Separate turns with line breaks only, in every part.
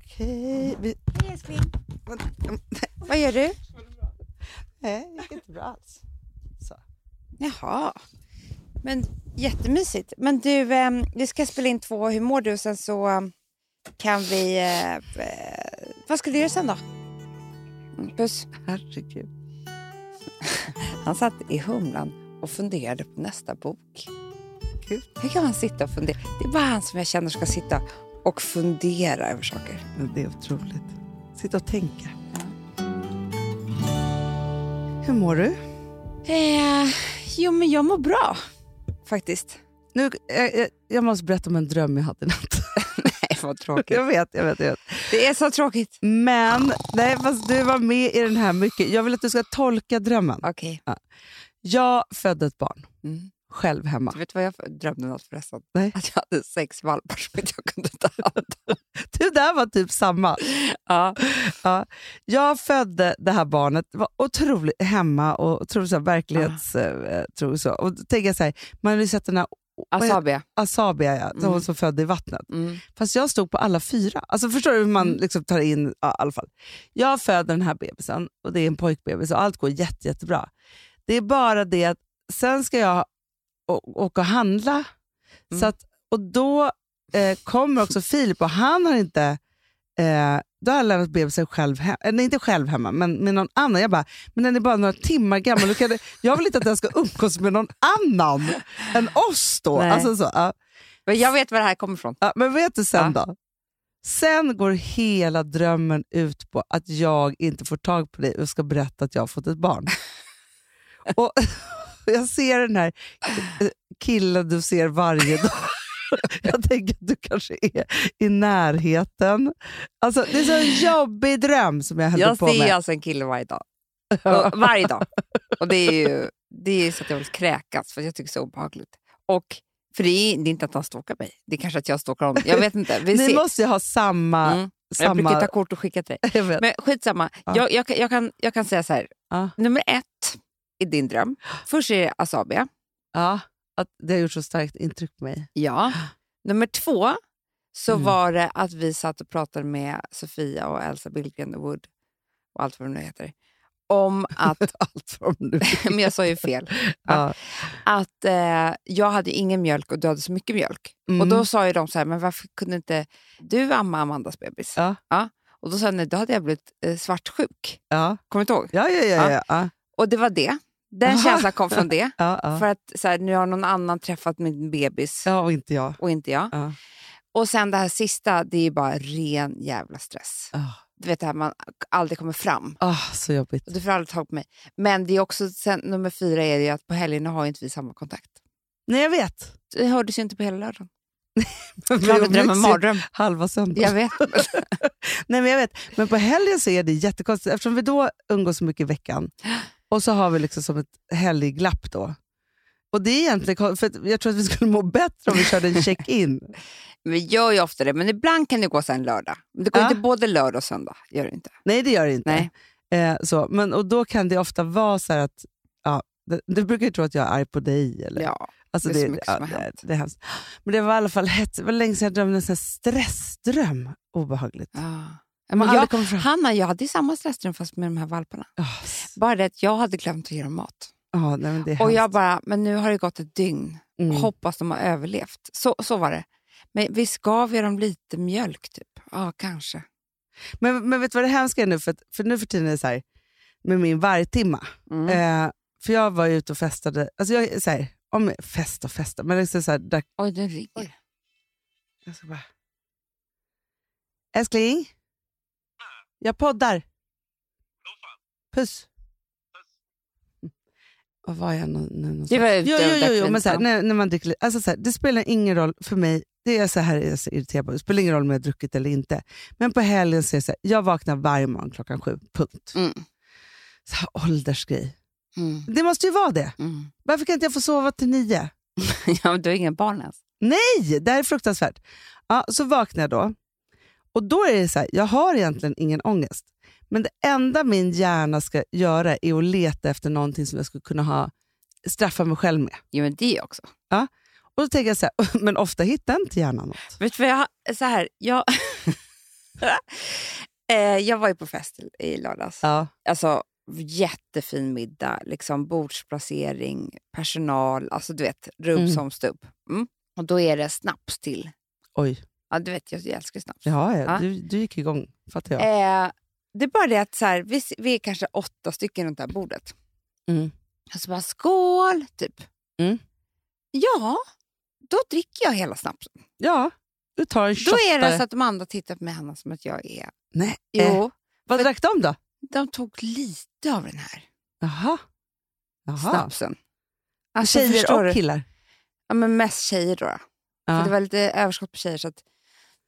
Okej. Vi...
Hej älskling.
Vad gör du? Nej, det gick inte bra alls. Så.
Jaha. Men jättemysigt. Men du, ehm, vi ska spela in två Hur mår du? Sen så ehm, kan vi... eh, eh, Vad ska du göra sen då? Mm, Puss.
Herregud.
Han satt i Humlan och funderade på nästa bok.
Gud.
Hur kan man sitta och fundera? Det är bara han som jag känner ska sitta och fundera över saker.
Men det är otroligt. Sitta och tänka. Hur mår du?
Eh, jo, men jag mår bra faktiskt.
Nu, jag, jag, jag måste berätta om en dröm jag hade i natt.
Nej, vad tråkigt.
Jag vet, jag vet, jag vet.
Det är så tråkigt.
Men, nej, fast du var med i den här mycket. Jag vill att du ska tolka drömmen.
Okej.
Jag födde ett barn,
Mm.
själv hemma.
Du vet vad jag för- drömde något förresten?
Nej.
Att jag hade sex valpar som inte jag kunde ta hand om.
Du, där var typ samma.
Ja.
Ja. Jag födde det här barnet, det var otroligt hemma och otroligt så här, verklighetstro. Och så. Och då tänker jag så här, man har ju sett den här
Asabia.
Asabia, ja,
Mm.
hon som födde i vattnet.
Mm.
Fast jag stod på alla fyra. Alltså Förstår du hur man
Mm.
liksom tar in... Ja, i alla fall. Jag föder den här bebisen och det är en pojkbebis och allt går jätte, jättebra. Det är bara det att sen ska jag å- åka och handla.
Mm.
Så att, och då eh, kommer också Filip och han har inte... Eh, då har jag lämnat bebisen själv hemma. Nej, inte själv hemma, men med någon annan. Jag bara, men den är bara några timmar gammal. Då Kan jag, jag vill inte att den ska umgås med någon annan än oss då.
Nej.
Alltså, så, ja.
Men jag vet var det här kommer ifrån.
Ja, men vet du sen då? Sen går hela drömmen ut på att jag inte får tag på dig och ska berätta att jag har fått ett barn. och Jag ser den här eh, killen du ser varje dag. Jag tänker att du kanske är i närheten. Alltså, det är så en jobbig dröm som jag höll
Jag
på
ser ju
med.
alltså en kille varje dag. Och, varje dag. Och det är ju det är ju så att jag vill kräkas för att jag tycker det är så obehagligt. Och, för det är, det är inte att han stalkar mig. Det är kanske att jag stalkar honom. Jag vet inte. Vi
Ni
ser.
måste ju ha samma...
Mm. Jag brukar ta
samma
kort och skicka till dig.
jag vet.
Men skitsamma.
Ja.
Jag, jag, kan- jag, kan, jag kan säga så här.
Ja.
Nummer ett i din dröm. Först är det Asabia.
ja, att det har gjort så starkt intryck på mig.
Ja. Nummer två så
Mm.
var det att vi satt och pratade med Sofia och Elsa Billgren och Wood och allt vad de nu heter. Om att,
Allt vad de nu
men jag sa ju fel,
Ja.
att eh, jag hade ju ingen mjölk och du hade så mycket mjölk. Och
Mm.
då sa ju de så här, men varför kunde inte du amma Amandas bebis?
Ja.
Och då sa jag, nej, då hade jag blivit eh, svartsjuk.
Ja.
Kommer du inte ihåg?
Ja, ja, ja. ja. ja.
Och det var det. Den
Aha.
känslan kom från det.
Ja, ja.
För att så här, nu har någon annan träffat min bebis
ja och inte jag.
och inte jag.
Ja.
Och sen det här sista, det är ju bara ren jävla stress.
Ah,
Du vet det här man aldrig kommer fram.
ah, så jobbigt.
Och du får aldrig tag på mig. Men det är också, sen, nummer fyra är det ju att på helgerna har ju inte vi samma kontakt.
Nej, jag vet.
Det hördes ju inte på hela lördagen.
Vi
Klart jag
umgicks
drömmer
ju
mardröm.
Halva söndagen.
Jag vet.
Nej, men jag vet. Men på helgen så är det jättekonstigt eftersom vi då umgås så mycket i veckan och så har vi liksom som ett helgglapp då. Och det är egentligen kon- för att jag tror att vi skulle må bättre om vi körde en check-in.
Vi gör ju ofta det, men ibland kan det gå sen lördag. Men det går
Ja.
inte både lördag och söndag. Gör det inte.
Nej, det gör det inte.
Nej.
Eh, så. Men, och då kan det ofta vara så här att, ja, det- du brukar ju tro att jag är arg på dig. Eller?
Ja.
Alltså
Det är så mycket som har
det,
hänt.
det är hemskt. Men det var i alla fall hett. Det var länge sedan jag drömde en sån här stressdröm. Obehagligt.
ja.
Man
Men
aldrig
jag,
kommer fram.
Hanna, jag hade ju samma stressdröm fast med de här valparna.
Ah,
Bara det att jag hade glömt att ge dem mat.
ah, nej, men det är
Och
hemskt.
jag bara, men nu har det gått ett dygn.
Mm.
Hoppas de har överlevt. Så, så var det. Men vi gav ju dem lite mjölk typ. Ja, kanske.
men, men vet du vad det hemska är nu? För, att, för nu för tiden är det så här, med min vargtimma.
Eh,
Eh, för jag var ute och festade. Alltså jag, är så här, om, fest och festa, men liksom så här, där,
Oj, den ringer.
jag ska bara... Älskling? Jag poddar. Puss. Mm. Vad var jag nu? nu någonstans?
Det var ute
Jo, jo,
och
jo,
drack
jo
vin,
men så här,
ja.
när, när man dricker lite- alltså så här, det spelar ingen roll för mig, det är så här jag är så irriterad på, det spelar ingen roll om jag har druckit eller inte. Men på helgen så är det så här, jag vaknar varje morgon klockan sju, punkt.
Mm.
Så här, åldersgrej.
Mm.
Det måste ju vara det.
Mm.
Varför kan inte jag få sova till nio?
ja, men du har ingen barn ens.
Nej, det här är fruktansvärt. Ja, så vaknar jag då. Och då är det så här, jag har egentligen ingen ångest. Men det enda min hjärna ska göra är att leta efter någonting som jag skulle kunna ha, straffa mig själv med.
Jo, men det också.
Och då tänker jag så här, men ofta hittar inte hjärnan något.
Vet du vad jag, så här, jag, Eh, jag var ju på fest i- i lördags.
Ja.
Alltså, jättefin middag, liksom bordsplacering, personal, alltså du vet, rubb
Mm.
som stubb. Mm. Och då är det snaps till.
Oj,
Ja, du vet, jag, jag älskar ju snaps.
ja, ja.
Ja.
Du, du gick igång, fattar jag.
Eh, det är bara det att så här, vi, s- vi är kanske åtta stycken runt det här bordet.
Mm.
Och så bara skål, typ.
Mm.
Ja, då dricker jag hela snapsen.
Ja, du tar en
Då
shottare.
är det så att de andra tittar på mig Hanna som att jag är...
Nej, eh,
Jo,
vad
för-
drack de då?
de tog lite av den här
Jaha. Jaha.
snapsen. Alltså,
Tjejer
förstår
och
du?
killar.
Ja, men mest tjejer då. då.
Ja.
För det var lite överskott på tjejer så att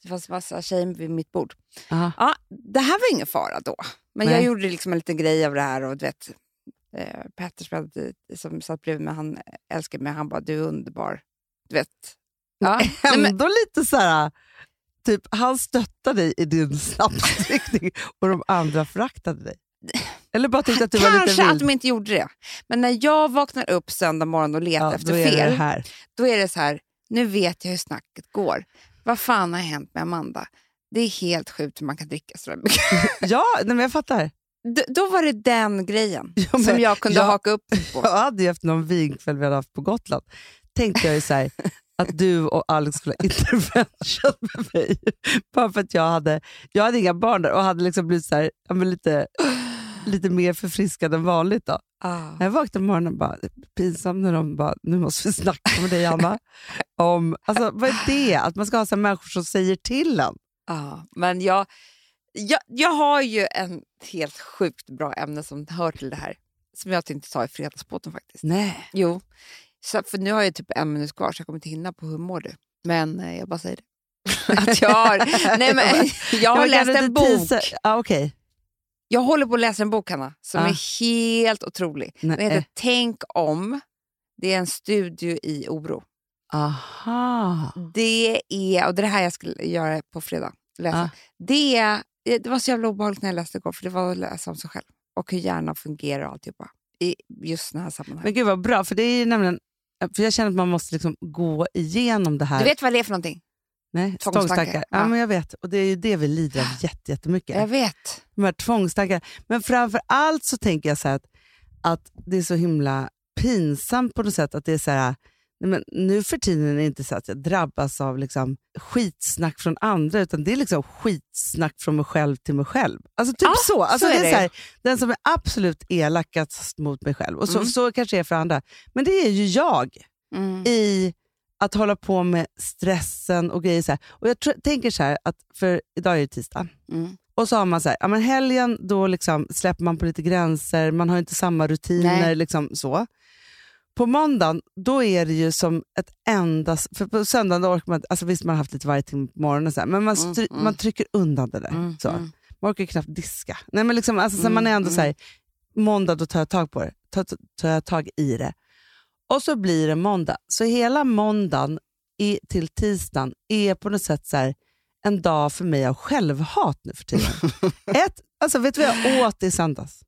det fanns massa tjejer vid mitt bord.
Aha.
Ja, det här var ingen fara då. Men
Nej.
jag gjorde liksom en liten grej av det här och du vet, eh, Petter som jag hade- som satt bredvid mig, han älskade mig. Han bara, du är underbar. Du vet. Ja. Nej, men,
Ändå lite så här, typ han stöttade dig i din snapsdrickning och de andra föraktade dig. Eller bara tyckte att du var lite
kanske att
vild.
de inte gjorde det. Men när jag vaknar upp söndag morgon och letar
Ja,
efter
då är det
fel,
det här.
då är det så här, nu vet jag hur snacket går. Vad fan har hänt med Amanda? Det är helt sjukt hur man kan dricka sådär mycket.
Ja, nej, men jag fattar.
D- då var det den grejen
men
som jag kunde
jag-
haka upp på.
Jag hade ju efter någon vinkväll vi hade haft på Gotland, tänkte jag ju så här, att du och Alex skulle ha intervention med mig. Bara för att jag hade, jag hade inga barn där och hade liksom blivit så här, ja, men lite, lite mer förfriskad än vanligt. Då.
Ah.
När jag vaknade på morgonen bara, pinsamt när de bara, nu måste vi snacka med dig Anna. Om, alltså, vad är det? Att man ska ha så här människor som säger till en.
Ja, men jag, jag, jag har ju en helt sjukt bra ämne som hör till det här. Som jag tänkte ta i Fredagspodden faktiskt.
Nej.
Jo, så, för nu har jag typ en minut kvar så jag kommer inte hinna på hur mår du. Men eh, jag bara säger det. Att jag har, nej, men, jag har läst en bok.
Ah, Okej.
Jag håller på att läsa en bok, Hanna, som
Ah.
är helt otrolig. Den heter
Nej.
Tänk om. Det är en studie i oro.
Aha.
Det är, och det är det här jag skulle göra på fredag. Läsa.
Ah.
Det, är- eh, det var så jävla obehagligt när jag läste igår, för det var att läsa om sig själv och hur hjärnan fungerar och alltihopa i just den här sammanhanget.
Men gud vad bra, för det är ju nämligen för jag känner att man måste liksom gå igenom det här.
Du vet vad det är för någonting?
Nej,
tvångstankar.
tvångstankar. Ja,
Ja.
men jag vet. Och det är ju det vi lider av jätte- jättemycket.
Jag vet.
de här tvångstankarna. Men framför allt så tänker jag så här att, att det är så himla pinsamt på något sätt att det är så här, nej men nu för tiden är det inte så att jag drabbas av liksom skitsnack från andra, utan det är liksom skitsnack från mig själv till mig själv. Alltså typ
Ja,
så. Alltså
så är
det är
det
så här, den som är absolut elakast mot mig själv, och så,
Mm.
så kanske det är för andra, men det är ju jag
Mm.
i att hålla på med stressen och grejer. Så här. Och jag tror, tänker så här, att för idag är det tisdag,
Mm.
och så har man så här, ja, men helgen då liksom släpper man på lite gränser, man har inte samma rutiner.
Nej.
Liksom så. På måndagen, då är det ju som ett enda... För på söndagen då orkar man alltså visst man har haft lite varje timme på morgonen, och så här, men man,
Mm,
stry,
mm.
man trycker undan det där.
Mm.
Så.
Mm.
Man orkar knappt diska. Nej, men liksom, alltså, så
Mm,
man är ändå
mm.
så här, måndag då tar jag tag på det. Tar, tar jag tag i det. Och så blir det måndag. Så hela måndagen i, till tisdagen är på något sätt så här, en dag för mig av självhat nu för tiden. Ett, alltså, vet du vad jag åt i söndags?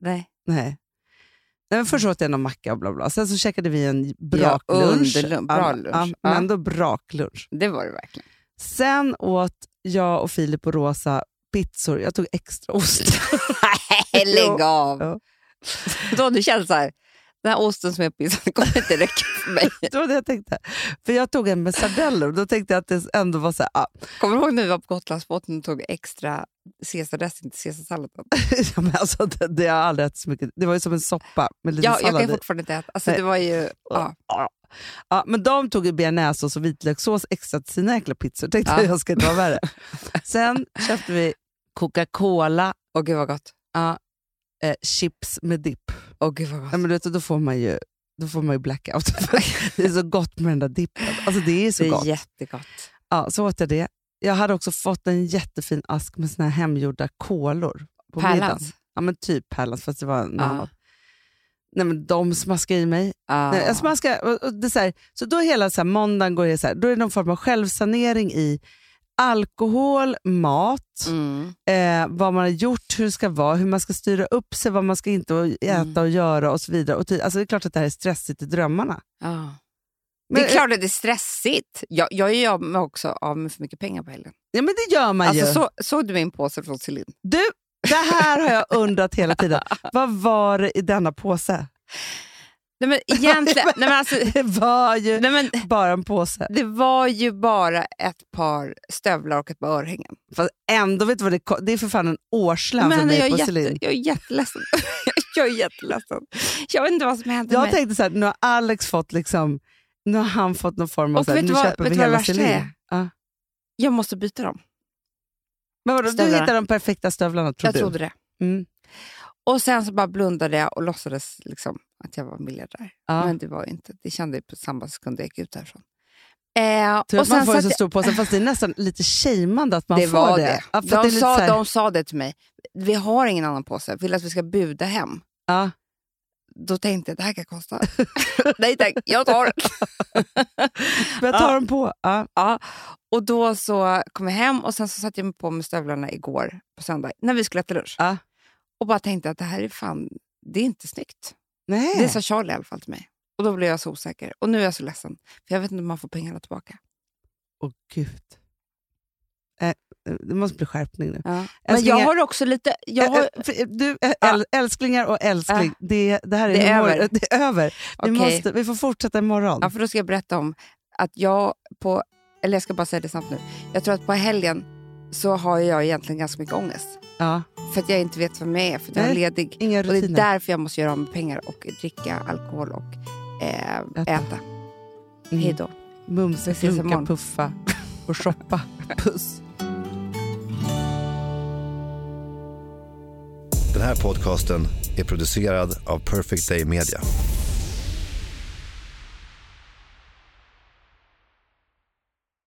Nej.
Nej. Nej men först åt jag någon macka och bla bla. Sen så käkade vi en
Ja,
braklunch.
underlunch. Bra
Ja,
lunch.
ja,
Ja.
men ändå braklunch.
Det var det verkligen.
Sen åt jag och Filip och Rosa pizzor. Jag tog extra ost.
Nej, lägg
Jo.
av.
Ja.
Då har du känt så här, den här osten som är på pizzan kommer inte räcka för mig.
Det var det jag tänkte. För jag tog en med sardeller och då tänkte jag att det ändå var så här, ah,
Kommer du ihåg när vi var på Gotlandsbåten och tog extra caesardressing till caesarsalladen?
ja, men alltså, det, det har jag aldrig ätit så mycket. Det var ju som en soppa med lite
Ja, jag
sallad
kan
i.
fortfarande inte äta. Alltså,
Nej.
det var ju... Ja.
Ah. Ja, men de tog ju bearnaisesås och vitlökssås extra till sina jäkla pizzor. Tänkte
Ja.
jag, jag ska inte vara värre. Sen köpte vi Coca-Cola,
Åh, gud vad gott.
eh, chips med dipp.
Åh, gud vad gott.
Nej, men du vet, då får man ju då får man ju blackout. det är så gott med den där dippen. Alltså, det är så
Det är
gott.
jättegott.
Ja, så åt jag det. Jag hade också fått en jättefin ask med såna här hemgjorda kolor. På middagen.
Pärlans.
Ja, men typ pärlans, fast det var något
Ja.
annat. Nej, men de smaskade i mig.
Ah.
Nej, jag smaskar, och- och det är så, här, så då hela så här, måndagen går det så här, då är det någon form av självsanering i alkohol, mat,
Mm.
eh, vad man har gjort, hur det ska vara, hur man ska styra upp sig, vad man ska inte och- äta
Mm.
och göra och så vidare. Och ty, alltså, det är klart att det här är stressigt i drömmarna.
Ja.
Men,
det är klart att det är stressigt. Jag, jag gör mig också av med för mycket pengar på helgen.
Ja, men det gör man
Alltså,
ju.
så, såg du min påse från Celine?
Du, det här har jag undrat hela tiden. Vad var det i denna påse?
Nej men egentligen, nej, men alltså,
Det var ju
nej, men,
bara en påse.
det var ju bara ett par stövlar och ett par örhängen.
Fast ändå, vet du vad det, ko- det är för fan en årslön för
Men
mig
jag, är
på
jätte,
Celine.
jag är jätteledsen. jag är jätteledsen. Jag vet inte vad som hände
Jag
mig.
tänkte så här, nu har Alex fått liksom, nu har han fått någon form av,
Och
så här,
vet
nu
du vad-
köper
vet
vi
du vad det
hela
värsta
Celine.
är?
Ja.
Jag måste byta dem.
Men vadå, du
Stövlarna.
hittade de perfekta stövlarna tror
Jag
du?
trodde det.
Mm.
Och sen så bara blundade jag och låtsades liksom att jag var miljardär.
Ja.
Men det var jag inte. Det kände jag på samma sekund jag gick ut härifrån. Eh,
Tur
och
att Typ, man
sen
får
så
en så stor påse, fast det är nästan lite shameande att man
det
får
var
det.
det.
Ja, för att
De,
det är lite
sa,
så här-
de sa det till mig. Vi har ingen annan påse. Vill att vi ska buda hem?
Ja.
Då tänkte jag, det här kan kosta. Nej tack, jag tar det.
Men jag tar dem på. Ja.
Ja. Och då så kom jag hem och sen så satte jag mig på med stövlarna igår på söndag när vi skulle äta lunch.
Ja.
Och bara tänkte att det här är fan, det är inte snyggt.
Nej.
Det sa Charlie i alla fall till mig. Och då blev jag så osäker. Och nu är jag så ledsen. För jag vet inte om man får pengarna tillbaka.
Åh gud. Eh, det måste bli skärpning nu.
Men jag
Älsklingar-
har också lite... Jag har,
Eh, eh, för- eh, Du, eh, äl, älsklingar och älskling, det, det här är,
Det är
humor,
över.
det är över. Vi,
Okej.
måste, vi får fortsätta imorgon.
Ja, för då ska jag berätta om att jag på... Eller jag ska bara säga det snabbt nu. Jag tror att på helgen så har jag egentligen ganska mycket ångest.
Ja.
För att jag inte vet vem jag är, för att jag är
Nej,
ledig.
Inga
Och det är
rutiner.
därför jag måste göra av med pengar och dricka alkohol och eh, äta.
Äta. Mm.
Hej då.
Mumsa,
Vi ses
runka,
imorgon.
puffa och shoppa. Puss.
Den här podcasten är producerad av Perfect Day Media.